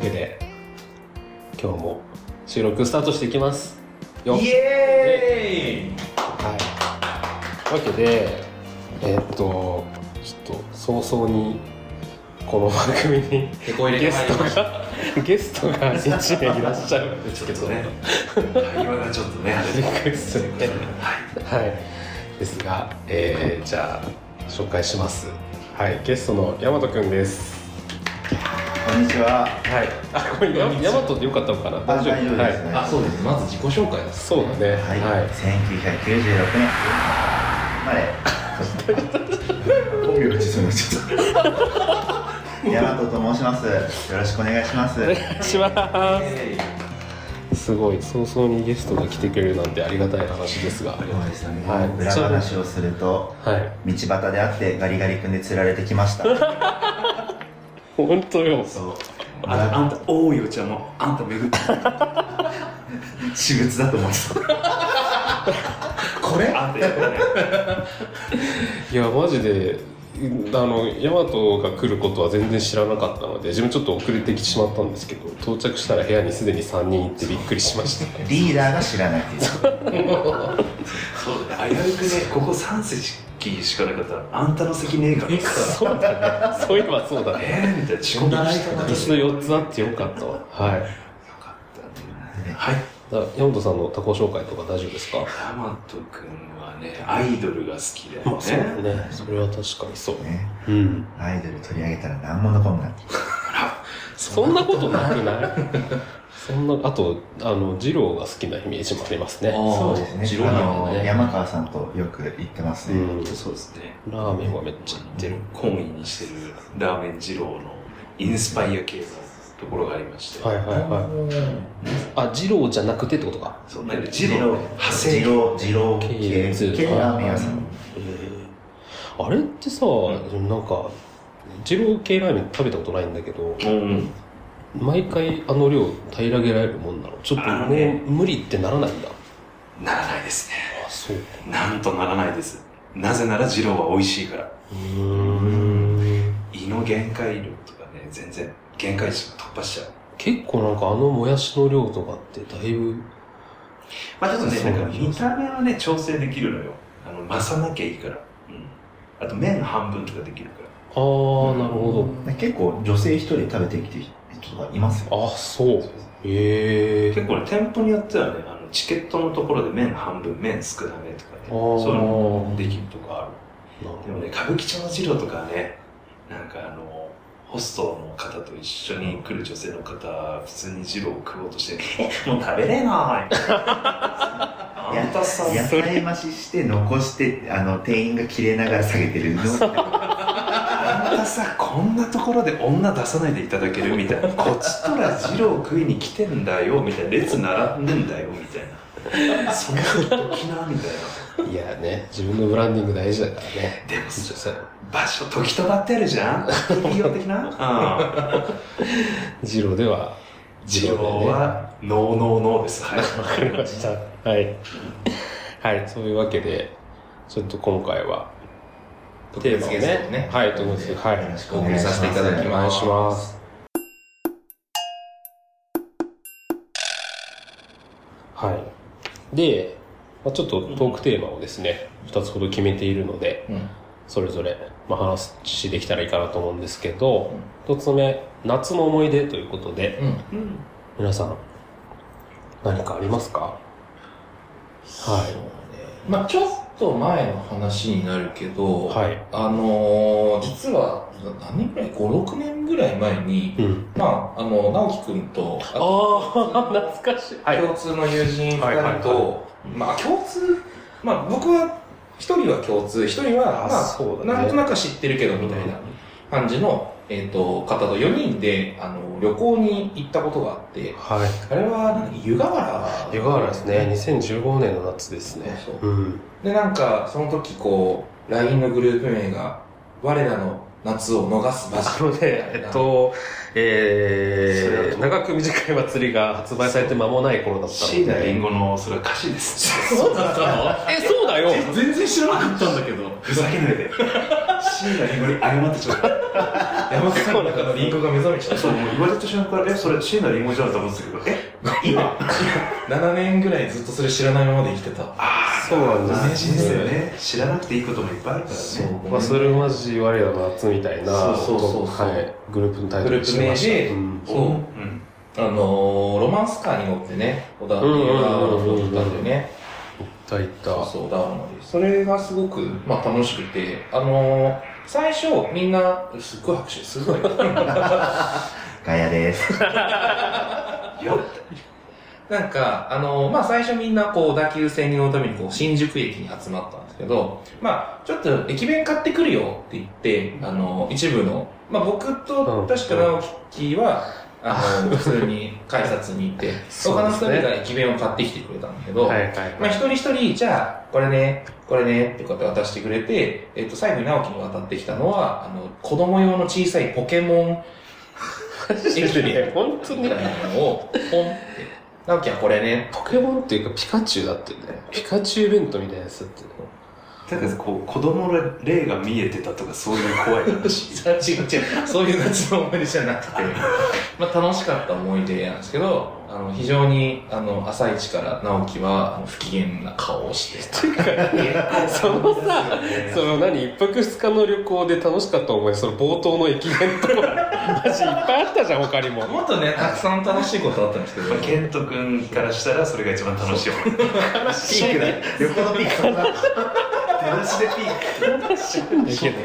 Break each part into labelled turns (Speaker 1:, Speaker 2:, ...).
Speaker 1: けで今日も収録スタートしていきますよ
Speaker 2: イエーイ
Speaker 1: はい、わけでえーっとちょっと早々にこの番組に
Speaker 2: テこ入れ
Speaker 1: ゲ
Speaker 2: が
Speaker 1: ス
Speaker 2: 入
Speaker 1: ト
Speaker 2: りました
Speaker 1: がゲストが1名いらっしゃるんですけ
Speaker 2: ちょっと
Speaker 1: ど
Speaker 2: ね今がちょっとねあれ
Speaker 1: びっくりするね
Speaker 2: はい
Speaker 1: はいですが、えーじゃあ紹介しますはいゲストの大和くんです
Speaker 3: こんにちは。
Speaker 1: はいあこれ大和でよかったのかな大丈夫
Speaker 3: 大丈夫ですね
Speaker 1: はい
Speaker 2: あそうですまず自己紹介です
Speaker 1: そうだね
Speaker 3: はい。
Speaker 1: はい
Speaker 3: 1996年生まれ。本名実名ちょっと。ヤマトと申します。よろしくお願いします。
Speaker 1: お
Speaker 3: は
Speaker 1: 願
Speaker 3: い。
Speaker 1: いしますすごい早々にゲストが来てくれるなんてありがたい話ですが
Speaker 3: そうですよね
Speaker 1: はい
Speaker 3: 裏話をすると
Speaker 1: はい
Speaker 3: 道端であってガリガリ君で釣られてきました
Speaker 1: 本当よ
Speaker 3: そう
Speaker 4: ああんた多いお茶もあんた巡って
Speaker 3: 私物だと思って
Speaker 4: これあんたやったね
Speaker 1: いやマジでうんあのヤマトが来ることは全然知らなかったので自分ちょっと遅れてきてしまったんですけど到着したら部屋にすでに3人いてびっくりしました
Speaker 3: たリーダーが知らないっていう
Speaker 4: そうだね危うくねここ3席しかなかったらあんたの席ねえから
Speaker 1: そうだねそういえばそうだ ね
Speaker 4: えー、みたいな遅刻
Speaker 2: 習い
Speaker 4: し
Speaker 2: 方
Speaker 4: たか
Speaker 2: だ
Speaker 4: ら
Speaker 2: ね
Speaker 4: よ
Speaker 1: 私の4つあってよかったわはい
Speaker 4: かったねはい
Speaker 1: だヤマトさんの他己紹介とか大丈夫ですか
Speaker 4: 大和君はねアイドルが好きだ
Speaker 1: まあ
Speaker 4: よ
Speaker 1: そうだ
Speaker 4: ね
Speaker 1: ねそれは確かにそう
Speaker 3: ね
Speaker 1: うん
Speaker 3: アイドル取り上げたら何も残んない
Speaker 1: そんなことなくないそんなあとあの二郎が好きなイメージもありますね
Speaker 3: そうですね
Speaker 4: ジロー
Speaker 3: あ
Speaker 4: ラ
Speaker 3: の
Speaker 4: ーメンね
Speaker 3: 山川さんとよく行ってます
Speaker 1: う
Speaker 3: ね、
Speaker 1: ん
Speaker 4: そうですね
Speaker 1: ラーメンはめっちゃ行ってる
Speaker 4: 懇意にしてるラーメン二郎のインスパイア系のところがありまして、
Speaker 1: はいはいはいあ二郎じゃなくてってことか
Speaker 4: そうなんで二郎ね派生
Speaker 3: 二郎二郎系
Speaker 1: 系列
Speaker 3: 系ラーメン屋さん
Speaker 1: あれってさ、なんか二郎系ラーメン食べたことないんだけど
Speaker 4: うん
Speaker 1: 毎回あの量平らげられるもんなのちょっと
Speaker 4: あ
Speaker 1: も
Speaker 4: の
Speaker 1: う
Speaker 4: ね
Speaker 1: 無理ってならないんだ
Speaker 4: ならないですね
Speaker 1: あそうか
Speaker 4: なんとならないですなぜなら二郎は美味しいから
Speaker 1: うーん
Speaker 4: 胃の限界量とかね全然限界値が突破しちゃう
Speaker 1: 結構なんかあのもやしの量とかってだいぶ
Speaker 4: まあちょっとね
Speaker 1: そう
Speaker 4: なんか見た目はね調整できるのよあの増さなきゃいいから、うん、あと麺半分とかできるか
Speaker 1: ああなるほ
Speaker 3: 結構女性一人食べてきてる人がいますよ
Speaker 1: どあそうへ
Speaker 4: ら
Speaker 1: え
Speaker 4: 結構ね店舗によってはねあのチケットのところで麺半分麺少なめとかね
Speaker 1: あー
Speaker 4: そういうのもできるとか
Speaker 1: なる
Speaker 4: あ
Speaker 1: ほ
Speaker 4: るでもね歌舞伎町の二郎とかはねなんかあのホストの方と一緒に来る女性の方普通に二郎を食おうとして 「えもう食べれない」あんたさ
Speaker 3: 野菜増しして残してあの店員が切れながら下げてるの
Speaker 4: あなたさこんなところで女出さないでいただけるみたいなこっちとら二郎食いに来てんだよみたいな列並んでんだよみたいなそんな時なみた
Speaker 1: ど
Speaker 4: いな
Speaker 1: いやね自分のブランディング大事だからね
Speaker 4: でも
Speaker 1: そうそ
Speaker 4: さ
Speaker 1: う
Speaker 4: 場所時とばってあるじゃん企業的な
Speaker 1: 二郎では
Speaker 4: 二郎はノーノーノーですはい
Speaker 1: わかりました。はい。はい、そういうわけで、ちょっと今回は、
Speaker 2: 特別ゲストをね
Speaker 1: はい、特別、はい。
Speaker 3: よろしく
Speaker 2: お
Speaker 3: お
Speaker 2: 送
Speaker 3: 願
Speaker 2: り
Speaker 3: いし
Speaker 2: さ
Speaker 3: ま
Speaker 2: せ
Speaker 3: す
Speaker 2: ていただき
Speaker 1: お願
Speaker 2: ま
Speaker 1: い
Speaker 2: す
Speaker 1: します。はい。で、まあ、ちょっとトークテーマをですね、2つほど決めているので、
Speaker 2: うん
Speaker 1: それぞれ、まあ、話できたらいいかなと思うんですけど、1つ目、夏の思い出ということで、
Speaker 2: うん
Speaker 4: うん
Speaker 1: 皆さん、何かありますか
Speaker 2: そうねまあちょっと前の話になるけど、
Speaker 1: はい。
Speaker 2: あのー実は何年ぐらい56年ぐらい前に
Speaker 1: うん。
Speaker 2: まああの直樹君とあと
Speaker 1: ああ、懐かしい。は
Speaker 2: 共通の友人2人と、
Speaker 1: はいはいは
Speaker 2: まあ共通まあ僕は一人は共通一人はまあ
Speaker 1: そう
Speaker 2: なんとなく知ってるけどみたいな感じの、えー、と方と4人であの旅行に行ったことがあって
Speaker 1: はい。
Speaker 2: あれはなんだっけ湯河原
Speaker 1: 湯河原ですね。2015年の夏ですね。
Speaker 2: そう
Speaker 1: うん。
Speaker 2: でなんかその時こう LINE のグループ名が「我らの夏を逃す場
Speaker 1: あ
Speaker 2: 所
Speaker 1: のね、えっと、えー、長く短い祭りが発売されて間もない頃だった
Speaker 4: 椎
Speaker 1: の
Speaker 4: 名林
Speaker 1: で。
Speaker 4: 檎のそれは歌詞です
Speaker 1: そうだったのえ、そうだよ。
Speaker 5: 全然知らなかったんだけど
Speaker 4: ふざけないで椎名林檎に謝ってちょうだい
Speaker 2: 山口さんの中のリンクが目覚めちゃっ
Speaker 4: そ
Speaker 2: た
Speaker 4: うもう言われた瞬間からえそれ椎名林檎じゃんと思ってたけどえ今
Speaker 2: 7年ぐらいずっとそれ知らないままで生きてた
Speaker 4: あ
Speaker 1: そうなん
Speaker 4: あ
Speaker 1: で
Speaker 4: ね人生ね知らなくていいこともいっぱいあるから
Speaker 2: そ
Speaker 4: ね
Speaker 2: う
Speaker 1: まあ、それをマジ我らの夏みたいな、
Speaker 2: そうそうそうそう
Speaker 1: はい、グループのタイトルにしました。
Speaker 2: グループ名で
Speaker 1: うん
Speaker 2: そう
Speaker 4: うん
Speaker 2: あのー、ロマンスカーに乗ってね小田原
Speaker 1: うんうんうんうん
Speaker 2: の方に行ったんだよね
Speaker 1: 行った行った。
Speaker 2: そうそう小田原までそれがすごく、まあ、楽しくてあのー、最初みんなすっごい拍手すごい
Speaker 3: ガヤです。
Speaker 4: よっ
Speaker 2: なんか、あのまあ、最初みんな、こう、小田急線に乗るために、こう、新宿駅に集まったんですけど、まあ、ちょっと駅弁買ってくるよって言って、あの一部の、まあ、僕
Speaker 1: うん
Speaker 2: と、確か直樹は、あの、普通に改札に行って、
Speaker 1: そう
Speaker 2: 他の
Speaker 1: で
Speaker 2: 二
Speaker 1: す
Speaker 2: 人
Speaker 1: ね
Speaker 2: が駅弁を買ってきてくれたんだけど、
Speaker 1: はいはい
Speaker 2: まあ、
Speaker 1: はい。
Speaker 2: 一人一人、じゃあ、これね、これね、ってこうやって渡してくれて、えっと、最後に直樹に渡ってきたのは、あの、子供用の小さいポケモン駅弁
Speaker 1: 本当
Speaker 2: み
Speaker 1: に
Speaker 2: たいなのを、ポンって、直樹はこれね、
Speaker 1: ポケモンっていうかピカチュウだってね。ピカチュウイベントみたいなやつだってね。
Speaker 4: だからこう子供の霊が見えてたとかそういう怖い話
Speaker 2: 違う違う違う そういう夏の思い出じゃなくて、まあ、楽しかった思い出なんですけどあの非常にあの朝一から直樹はあの不機嫌な顔をして
Speaker 1: ていうか、そのさ、 その何、一泊二日の旅行で楽しかった思い、その冒頭の駅弁とか、 マジいっぱいあったじゃん、他にも。
Speaker 2: もっとねたくさん楽しいことあったんですけど
Speaker 4: まあ健人君からしたらそれが一番楽しい思い
Speaker 3: ピークだ。旅行のピークだ。手出しでピーク。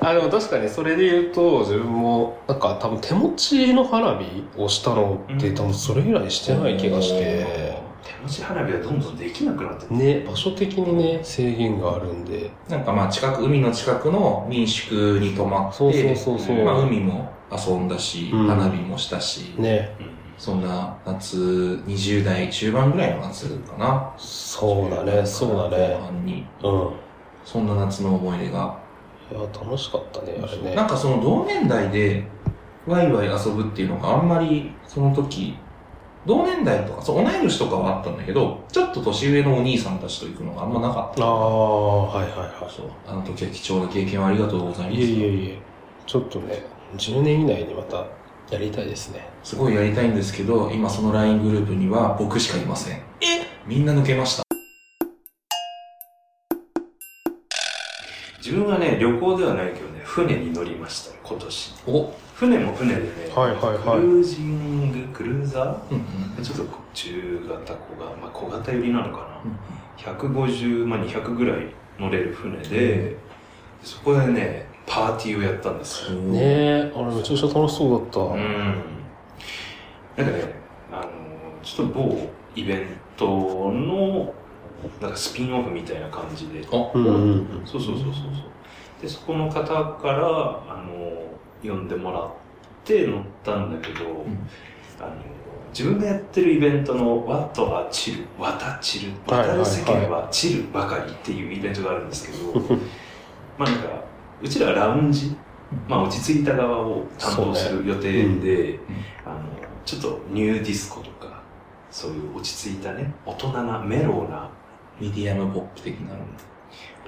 Speaker 1: あでも確かにそれで言うと自分もなんか多分手持ちの花火をしたのって
Speaker 4: うん
Speaker 1: 多分それ以来してない気がして、
Speaker 4: 手持ち花火はどんどんできなくなってる
Speaker 1: ね場所的にね制限があるんで
Speaker 2: なんかまあ近く海の近くの民宿に泊まって
Speaker 1: そうそうそうそう、
Speaker 2: まあ、海も遊んだし、
Speaker 1: うん
Speaker 2: 花火もしたし、
Speaker 1: ね
Speaker 2: そんな夏20代中盤ぐらいの夏かな
Speaker 1: そうだねそうだ
Speaker 2: 後
Speaker 1: ね
Speaker 2: 半に
Speaker 1: うん
Speaker 2: そんな夏の思い出が
Speaker 1: いや楽しかったねあれね
Speaker 2: なんかその同年代でワイワイ遊ぶっていうのがあんまりその時同年代とかそう同い年とかはあったんだけどちょっと年上のお兄さんたちと行くのがあんまなかっ
Speaker 1: ああはいはい
Speaker 2: た
Speaker 1: は
Speaker 2: そうあの時は貴重な経験をありがとうございます
Speaker 1: いいえいえいえちょっとね10年以内にまたやりたいですね
Speaker 2: すごいやりたいんですけど今その LINE グループには僕しかいませんえみんな抜けました
Speaker 4: 自分はね旅行ではないけどね船に乗りました今年
Speaker 2: お
Speaker 4: 船も船でね、
Speaker 1: はいはいはい
Speaker 4: クルージングクルーザ
Speaker 2: うん
Speaker 4: ーちょっとこう中型小型、まあ、小型寄りなのか
Speaker 2: うん
Speaker 4: な、150、まあ、200ぐらい乗れる船でそこでねパーティーをやったんですよ
Speaker 2: うん
Speaker 1: ねえあれめちゃくちゃ楽しそうだった、
Speaker 4: うんなんかね、あのちょっと某イベントのなんかスピンオフみたいな感じで、
Speaker 2: お
Speaker 1: うんうんうん
Speaker 4: そうそうそうそうそう。でそこの方からあの呼んでもらって乗ったんだけど、
Speaker 2: ん
Speaker 4: あの自分がやってるイベントの「ワットはチル」「ワタチル」「
Speaker 1: はい
Speaker 4: 渡
Speaker 1: はいはい
Speaker 4: る世間はチルばかり」っていうイベントがあるんですけ ど、まあなんかうちらはラウンジ、まあ、落ち着いた側を担当する予定で、
Speaker 1: そうね
Speaker 4: あのちょっとニューディスコとかそういう落ち着いたね大人なメロウな
Speaker 2: ミディアムポップ的なの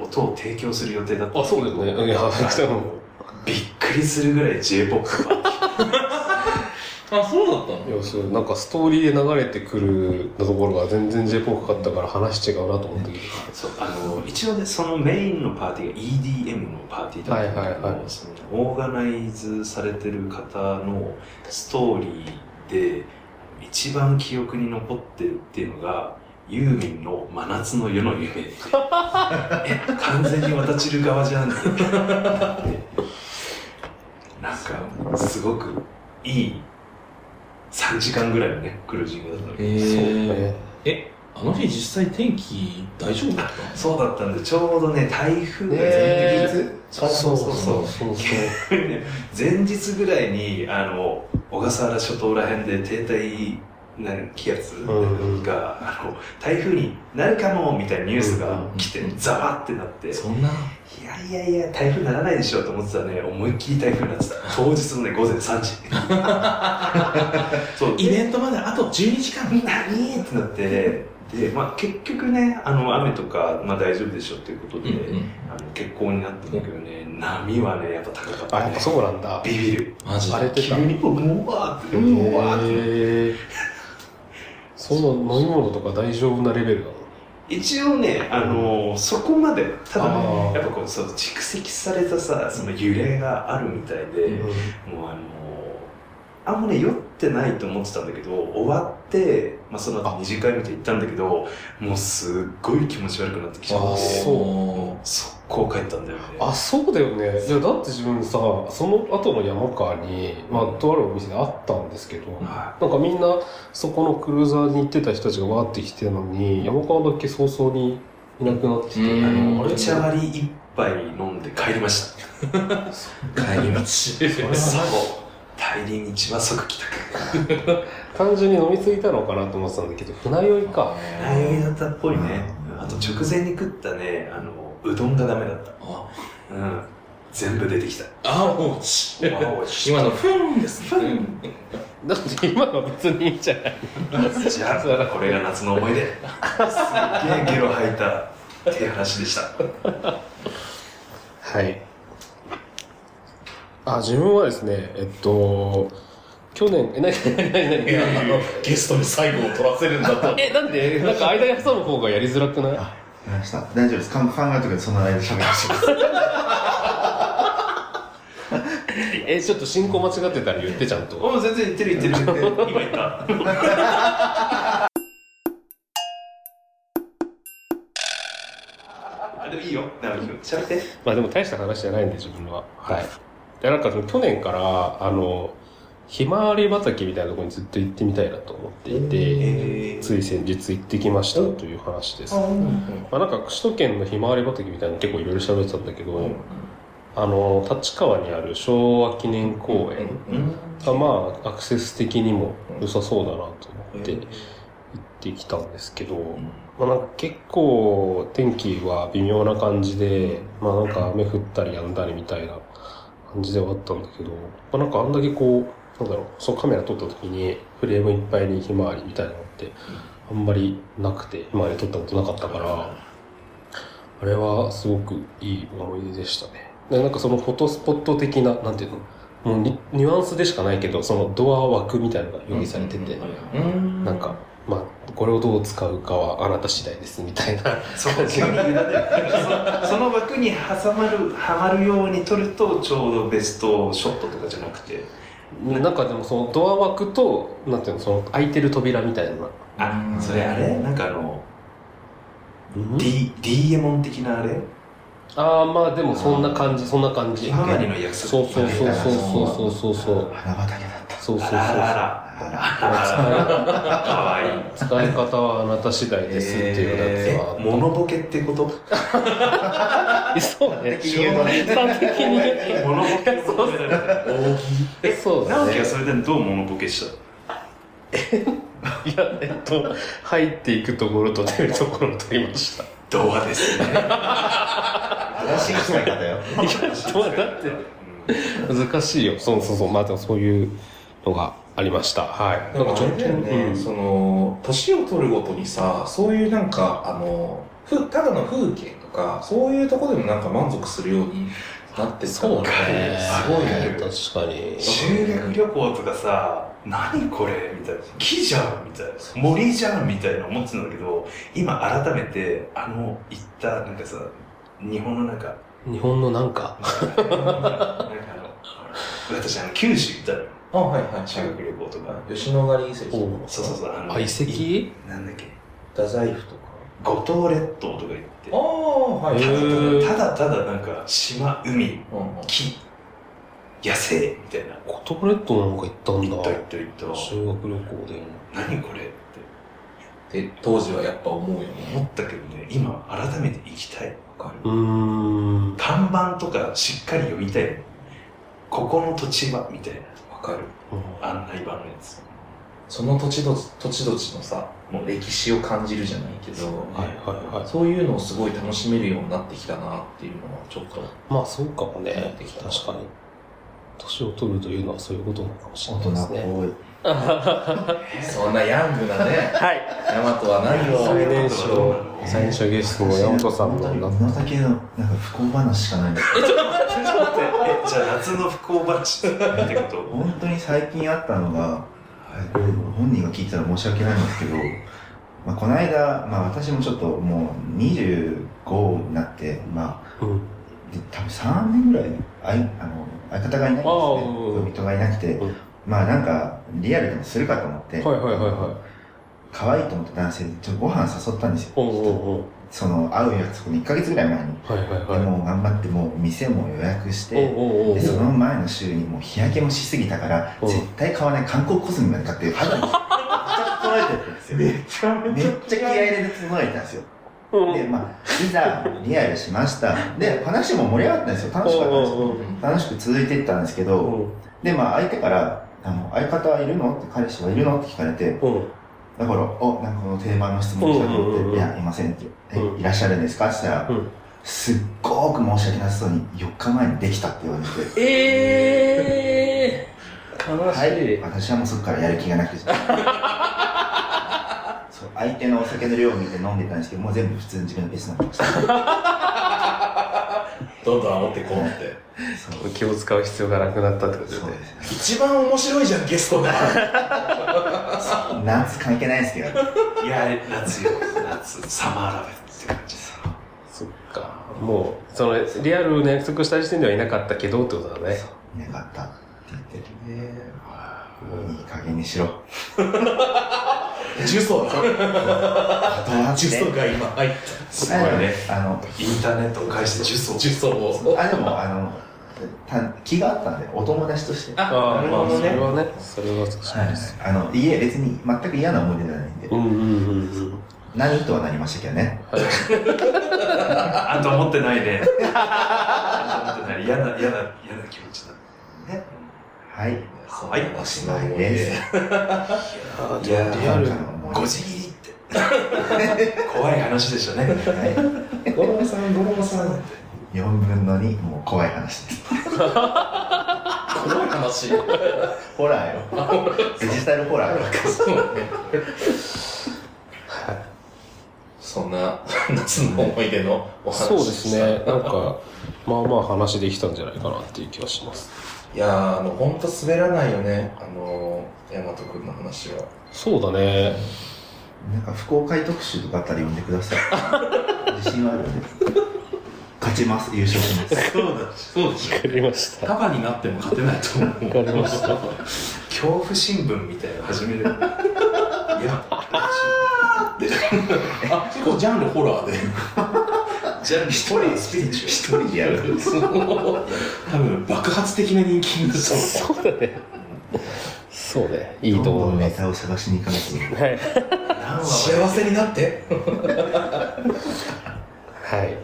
Speaker 4: 音を提供する予定だったんけど
Speaker 1: あそうだよねいやでも
Speaker 4: びっくりするぐらい J-POP が
Speaker 2: あそうだったの
Speaker 1: いやそうなんかストーリーで流れてくるところが全然 j p o p かかったから話違うなと思ったけ
Speaker 4: そうあの一応ねそのメインのパーティーが EDM のパーティーだったんだけど、
Speaker 1: はいはいはい
Speaker 4: そのオーガナイズされてる方のストーリーで一番記憶に残ってるっていうのがユーミンの「真夏の夜の夢」 え完全に渡ちる側じゃんってなんかすごくいい3時間ぐらいのねクルージングだったわけ
Speaker 2: え
Speaker 1: ど、
Speaker 2: ー
Speaker 1: そうね
Speaker 2: あの日実際天気大丈夫だった
Speaker 4: そうだったんでちょうどね台風が全
Speaker 1: ね
Speaker 4: 然
Speaker 1: え
Speaker 4: そうそうそうそう
Speaker 1: そう
Speaker 4: 前日ぐらいにあの小笠原諸島ら辺で停滞なん気圧
Speaker 1: うんうん
Speaker 4: が、あの、台風になるかも、みたいなニュースが来て、ざわってなって、
Speaker 2: そんな、
Speaker 4: いやいやいや、台風ならないでしょと思ってたらね、思いっきり台風に なってた。当日のね、午前3時。そう、
Speaker 2: イベントまであと12時間。
Speaker 4: 何ってなって、で、まあ結局ね、あの、雨とか、まあ大丈夫でしょっていうことで、あの結婚になったんだけどね、波はね、やっぱ高かった、
Speaker 1: あ
Speaker 4: ね。
Speaker 1: やっぱそうなんだ
Speaker 4: ビビる。
Speaker 2: マジ
Speaker 1: あれ
Speaker 2: で。
Speaker 1: って
Speaker 4: 急
Speaker 1: た
Speaker 4: に、うわーって、うわーって。
Speaker 1: へえそんな飲み物とか大丈夫なレベルなの
Speaker 4: 一応ね、あのーそこまでただ
Speaker 1: あ
Speaker 4: ね
Speaker 1: ー
Speaker 4: やっぱこうそう蓄積されたさその揺れがあるみたいで、もうあのーあんまね酔ってないと思ってたんだけど終わって、まあ、その後二次会見て行ったんだけどもうすっごい気持ち悪くなってきちゃっ
Speaker 1: あ
Speaker 4: て
Speaker 1: そう
Speaker 2: そ
Speaker 4: 速攻帰ったんだよね
Speaker 1: あそうだよねいやだって自分さその後の山川に、まあ、とあるお店で会ったんですけど、
Speaker 4: は
Speaker 1: なんかみんなそこのクルーザーに行ってた人たちがわーって来てるのに山川だけ早々にいなくなってて
Speaker 2: うん
Speaker 4: あの
Speaker 2: 俺
Speaker 4: お茶割り一杯飲んで帰りました
Speaker 2: う。帰り道。
Speaker 4: そう帰り道は即帰宅
Speaker 1: 単純に飲みすぎたのかなと思ってたんだけど船酔いか
Speaker 4: 早酔いだったっぽいね、あと直前に食ったねあのうどんがダメだった
Speaker 2: あ
Speaker 4: うん全部出 てきた。
Speaker 2: あ、もうし。
Speaker 4: わおいし
Speaker 2: 今のフンです。フン。
Speaker 1: だって今は別にいいんじゃない
Speaker 4: じゃあ、これが夏の思い出。すっげえゲロ吐いた手話でした。
Speaker 1: はい。あ、自分はですね、えっと、去年、え、なになになになにあの
Speaker 5: ゲストに最後を取らせるんだと
Speaker 1: え、なんでなんか間に挟む方がやりづらくない
Speaker 3: ました大丈夫です考えとかでそんな間喋りましょう
Speaker 1: え、ちょっと進行間違ってたら言ってちゃんと。
Speaker 4: お全然言ってる言ってる言ってる。今言 った。あ、でもいいよ。なるほど。喋って。
Speaker 1: まあでも大した話じゃないんで、自分は。はい。で、なんかその去年から、あの、ひまわり畑みたいなところにずっと行ってみたいなと思っていて、
Speaker 4: え
Speaker 1: つい先日行ってきましたという話です。
Speaker 2: うん
Speaker 1: まあなんか首都圏のひまわり畑みたいなの結構いろいろ調べてたんだけど、
Speaker 4: うん
Speaker 1: あの立川にある昭和記念公園がまあアクセス的にも良さそうだなと思って行ってきたんですけど、まあ、なんか結構天気は微妙な感じで、まあなんか雨降ったり止んだりみたいな感じではあったんだけど、まあ、なんかあんだけこう、なんだろう、そのカメラ撮った時にフレームいっぱいにひまわりみたいなのってあんまりなくて、ひまわり撮ったことなかったから、あれはすごくいい思い出でしたね。でなんかそのフォトスポット的な、なんていうのもうニニュアンスでしかないけど、そのドア枠みたいなのが用意されてて、
Speaker 2: うん
Speaker 1: なんか、まあ、これをどう使うかはあなた次第ですみたいな。
Speaker 4: そこ急に委ねそその 枠に挟まるはまるように撮るとちょうどベストショットとかじゃなくて
Speaker 1: なんかでもそのドア枠と、なんていうの、その開いてる扉みたいな。
Speaker 4: あそれあれなんかあの、
Speaker 1: で
Speaker 4: D、D エモン的なあれ
Speaker 1: ああ、まあでもそんな感じ、そんな感じ。
Speaker 4: ひまわりの約束
Speaker 1: そうそうそうそうそうそうそうそう。
Speaker 3: 花畑だった
Speaker 1: そうそうそう
Speaker 4: あ
Speaker 1: そう。
Speaker 4: らあらあらあらあらかわいい
Speaker 1: 使い方はあなた次第ですっていうやつは。
Speaker 4: モノボケって こと
Speaker 1: えそうね。
Speaker 3: 的に言うとね
Speaker 1: 端的にね。
Speaker 4: モノボケそう
Speaker 1: え、そうだ
Speaker 4: 直樹
Speaker 1: ね
Speaker 4: は。それでどうモノボケした
Speaker 1: いや、えっと、入っていくところと出るところを取りました。い
Speaker 4: ドアですね
Speaker 3: 正しい使い方よ
Speaker 1: や、どうだって。難しいよそうそうそうまあでもそういうのがありましたはい
Speaker 2: なんかちょっと
Speaker 1: う
Speaker 2: ね、
Speaker 1: ん
Speaker 2: その、年を取るごとにさ、そういうなんか、あの、ふただの風景とか、そういうとこでもなんか満足するようになってったの
Speaker 1: ね
Speaker 2: か
Speaker 4: すごいね
Speaker 1: 確かに
Speaker 4: 修学旅行とかさ何これみたいな木じゃんみたいな森じゃんみたいな思ってたんだけど今改めてあの行ったなんかさ日本の中
Speaker 1: 日本のなんか
Speaker 4: なんかあの私あの九州行ったのよ
Speaker 2: あ、はいはい、
Speaker 4: 修学旅行とか
Speaker 2: 吉野ヶ里遺跡とか、
Speaker 4: そうそうそうあの
Speaker 1: あ遺跡
Speaker 4: なんだっけ
Speaker 2: 太宰府とか。
Speaker 4: 五島列島とか行って
Speaker 2: ああ、はい。
Speaker 1: へー
Speaker 4: ただただただなんか島海
Speaker 2: うん
Speaker 4: 木野生みたいな
Speaker 1: コトブレットなんか行ったん
Speaker 4: 行った行
Speaker 1: だ
Speaker 4: った行っ
Speaker 1: 修学旅行で
Speaker 4: た何これって
Speaker 2: で、当時はやっぱ思うよね。
Speaker 4: 思ったけどね今改めて行きたい
Speaker 2: わかる。
Speaker 1: うーん
Speaker 4: 看板とかしっかり読みたいここの土地はみたいな
Speaker 2: わかる。
Speaker 4: 案内板のやつ
Speaker 2: その土地土地土地土地のさ、もう歴史を感じるじゃないけど、
Speaker 1: はいはいは
Speaker 2: そういうのをすごい楽しめるようになってきたなっていうのはちょっと。
Speaker 1: い。まあそうかもね
Speaker 2: でき。た
Speaker 1: 確かに。年を取るというのはそういうことなのかもしれ
Speaker 3: 大
Speaker 1: ない
Speaker 3: 人
Speaker 1: で
Speaker 3: っ
Speaker 1: すね。
Speaker 3: ぽい。
Speaker 2: そんなヤング なね、
Speaker 1: はい。
Speaker 2: ヤマトはないよ。
Speaker 1: 最年少、最年少ゲストの山本さんの
Speaker 3: 本当
Speaker 1: な
Speaker 3: に、この先の、なんか不幸話しかないんだけど、
Speaker 4: えじゃあ夏の不幸話ってこと
Speaker 3: 本当に最近あったのが、これ本人が聞いてたら申し訳ないんですけど、まあ、この間、まあ私もちょっともう25になって、まあ、
Speaker 1: うん。
Speaker 3: で多分3年ぐらい、あいあの相方がいないんです
Speaker 1: あ
Speaker 3: ね。
Speaker 1: あうん
Speaker 3: 恋人がいなくて
Speaker 1: うん、
Speaker 3: まあなんか、リアルでもするかと思って、
Speaker 1: はいはいはいはい。
Speaker 3: 可愛いと思った男性で、ちょっとご飯誘ったんですよ。
Speaker 1: おうおう
Speaker 3: その、会う約束の1ヶ月ぐらい前に。
Speaker 1: おう。はいはい
Speaker 3: で
Speaker 1: はい。
Speaker 3: もう頑張って、もう店も予約し
Speaker 1: おう
Speaker 3: て、
Speaker 1: おうおう
Speaker 3: でその前の週にもう日焼けもしすぎたから
Speaker 1: うん
Speaker 3: 絶対買わない韓国コスメまで買って肌にめっちゃ整えてったんですよめっ
Speaker 1: ちゃ
Speaker 3: ちゃ気合い入れて整えたんですよ
Speaker 1: うん
Speaker 3: でまあいざリアルしましたで話も盛り上がったんですよ楽しかったんですよ
Speaker 1: おうおうおう
Speaker 3: 楽しく続いていったんですけど
Speaker 1: うん
Speaker 3: でまあ相手からあの「相方はいるの?」って「彼氏はいるの?」って聞かれて
Speaker 1: うん
Speaker 3: だから「おなんかこの定番の質問来たと思っ
Speaker 1: うんう
Speaker 3: て
Speaker 1: んうんうん
Speaker 3: 「いやいません」って「え
Speaker 1: うん
Speaker 3: いらっしゃるんですか?」って言った
Speaker 1: う
Speaker 3: ら
Speaker 1: ん
Speaker 3: 「すっごく申し訳なさそうに4日前にできた」って言われて
Speaker 1: え
Speaker 3: はい、私はもうそこからやる気がなくてそう相手のお酒の量を見て飲んでたんですけどもう全部普通に自分のペースになってました
Speaker 5: どんどん煽ってこうって。
Speaker 3: そう
Speaker 1: 気を使う必要がなくなったってこと
Speaker 3: そう
Speaker 1: で
Speaker 3: です
Speaker 5: 一番面白いじゃん、ゲストが。
Speaker 3: 夏関係ないですけど
Speaker 4: いや夏よ夏サマーラブって感じさ
Speaker 1: そっかもうそのリアルな約束した時点ではいなかったけどってことだね
Speaker 3: いなかったって言ってもういい加減にしろ
Speaker 5: ジュソー
Speaker 3: あとは
Speaker 5: だ。
Speaker 3: っ
Speaker 5: ジュソー
Speaker 3: て
Speaker 5: が今入った。
Speaker 4: すごい
Speaker 3: あ
Speaker 4: ね
Speaker 3: の
Speaker 4: インターネットを介して10層
Speaker 5: ジュソーを。
Speaker 3: あでもあのた気があったんでお友達として
Speaker 2: あ
Speaker 1: ああ
Speaker 2: なる
Speaker 1: ま
Speaker 2: ほ
Speaker 1: あ
Speaker 2: ど
Speaker 1: それ
Speaker 2: ね。
Speaker 1: はねそれは確か
Speaker 3: はい
Speaker 1: にです
Speaker 3: あのいいえ別に全く嫌な思い出じゃないんで、
Speaker 1: うんうんうんうん
Speaker 3: 何とはなりましたけどね
Speaker 1: はい
Speaker 4: あんた思ってない ねあんた思ってない嫌な嫌な嫌な気持ちだ
Speaker 3: はい
Speaker 4: はい
Speaker 5: おし
Speaker 3: ま
Speaker 5: ま
Speaker 3: い
Speaker 5: い
Speaker 3: で
Speaker 5: ですす。
Speaker 1: あ
Speaker 4: いや
Speaker 1: ーリアル
Speaker 3: 今回の思い出
Speaker 4: ごじぎりって 怖い話でしたね
Speaker 3: はい
Speaker 2: ゴロさん、ゴロさん。
Speaker 3: 4分の2もう怖い話です
Speaker 5: 黒い話。
Speaker 3: ホラーよ デジタルホラーよ
Speaker 2: そうね。そんな夏の思い出のお話
Speaker 1: そうで
Speaker 2: した
Speaker 1: すねなんかまあまあ話できたんじゃないかなっていう気はします
Speaker 2: いやー、あの、ほんと滑らないよね。あのー、大和くんの話は。
Speaker 1: そうだね
Speaker 3: なんか不公開特集とかあったら呼んでくだ さい自信はあるよね勝ちます優勝します
Speaker 4: そうだそうだ
Speaker 1: わかりました
Speaker 4: パパになっても勝てないと思う
Speaker 1: わかりました
Speaker 4: 恐怖新聞みたいなの始めるいや
Speaker 5: あ、結構ジャンルホラーで。
Speaker 4: じゃあ一人スピリチュ
Speaker 3: 一人でや
Speaker 4: ア
Speaker 3: る
Speaker 4: ル多分爆発的な人気になると思う
Speaker 1: そうだねそうねい
Speaker 3: い
Speaker 1: いと思いま
Speaker 3: ネ
Speaker 1: す
Speaker 3: タを探しに行かなきゃいけない
Speaker 1: はい
Speaker 4: 何話
Speaker 2: 幸せになって
Speaker 1: はい。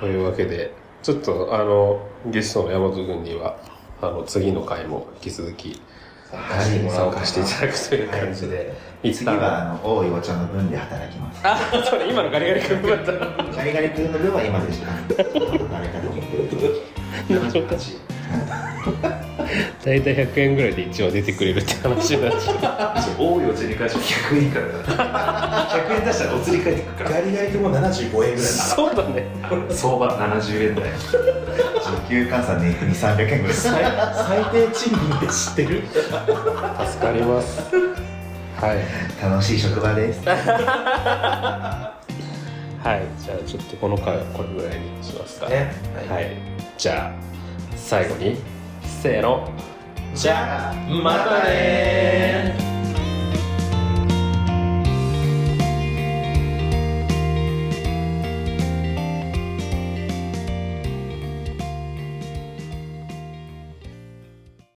Speaker 1: というわけで、ちょっと、あの、ゲストの山本君には、あの、次の回も引き続き、
Speaker 2: 参加して
Speaker 1: はい、
Speaker 2: もら
Speaker 1: 参
Speaker 2: おうかな
Speaker 1: 加していただくという感じで、いつ
Speaker 3: 次
Speaker 1: か
Speaker 3: はあの多いお茶の分で働きます
Speaker 1: あ、それ今のガリガリ君だった。は
Speaker 3: ガリガリ君の分は今でしか誰かと思 って
Speaker 4: 78
Speaker 1: 大体100円ぐらいで一応出てくれるって話になっちゃう。
Speaker 4: 多いお釣り返しは100円からだ100円出したらお釣り返ってくるから
Speaker 2: ガリガリ君も75円ぐらいだ
Speaker 1: そうだね。
Speaker 4: 相場70円台
Speaker 3: 時給換算で2300円ぐらい
Speaker 2: 最最低賃金って知ってる
Speaker 1: 助かります。はい。
Speaker 3: 楽しい職場です
Speaker 1: はい。じゃあ、ちょっとこの回はこれぐらいにしますか。
Speaker 2: ね
Speaker 1: はい。じゃあ、最後に、せーの。
Speaker 2: じゃあまたねー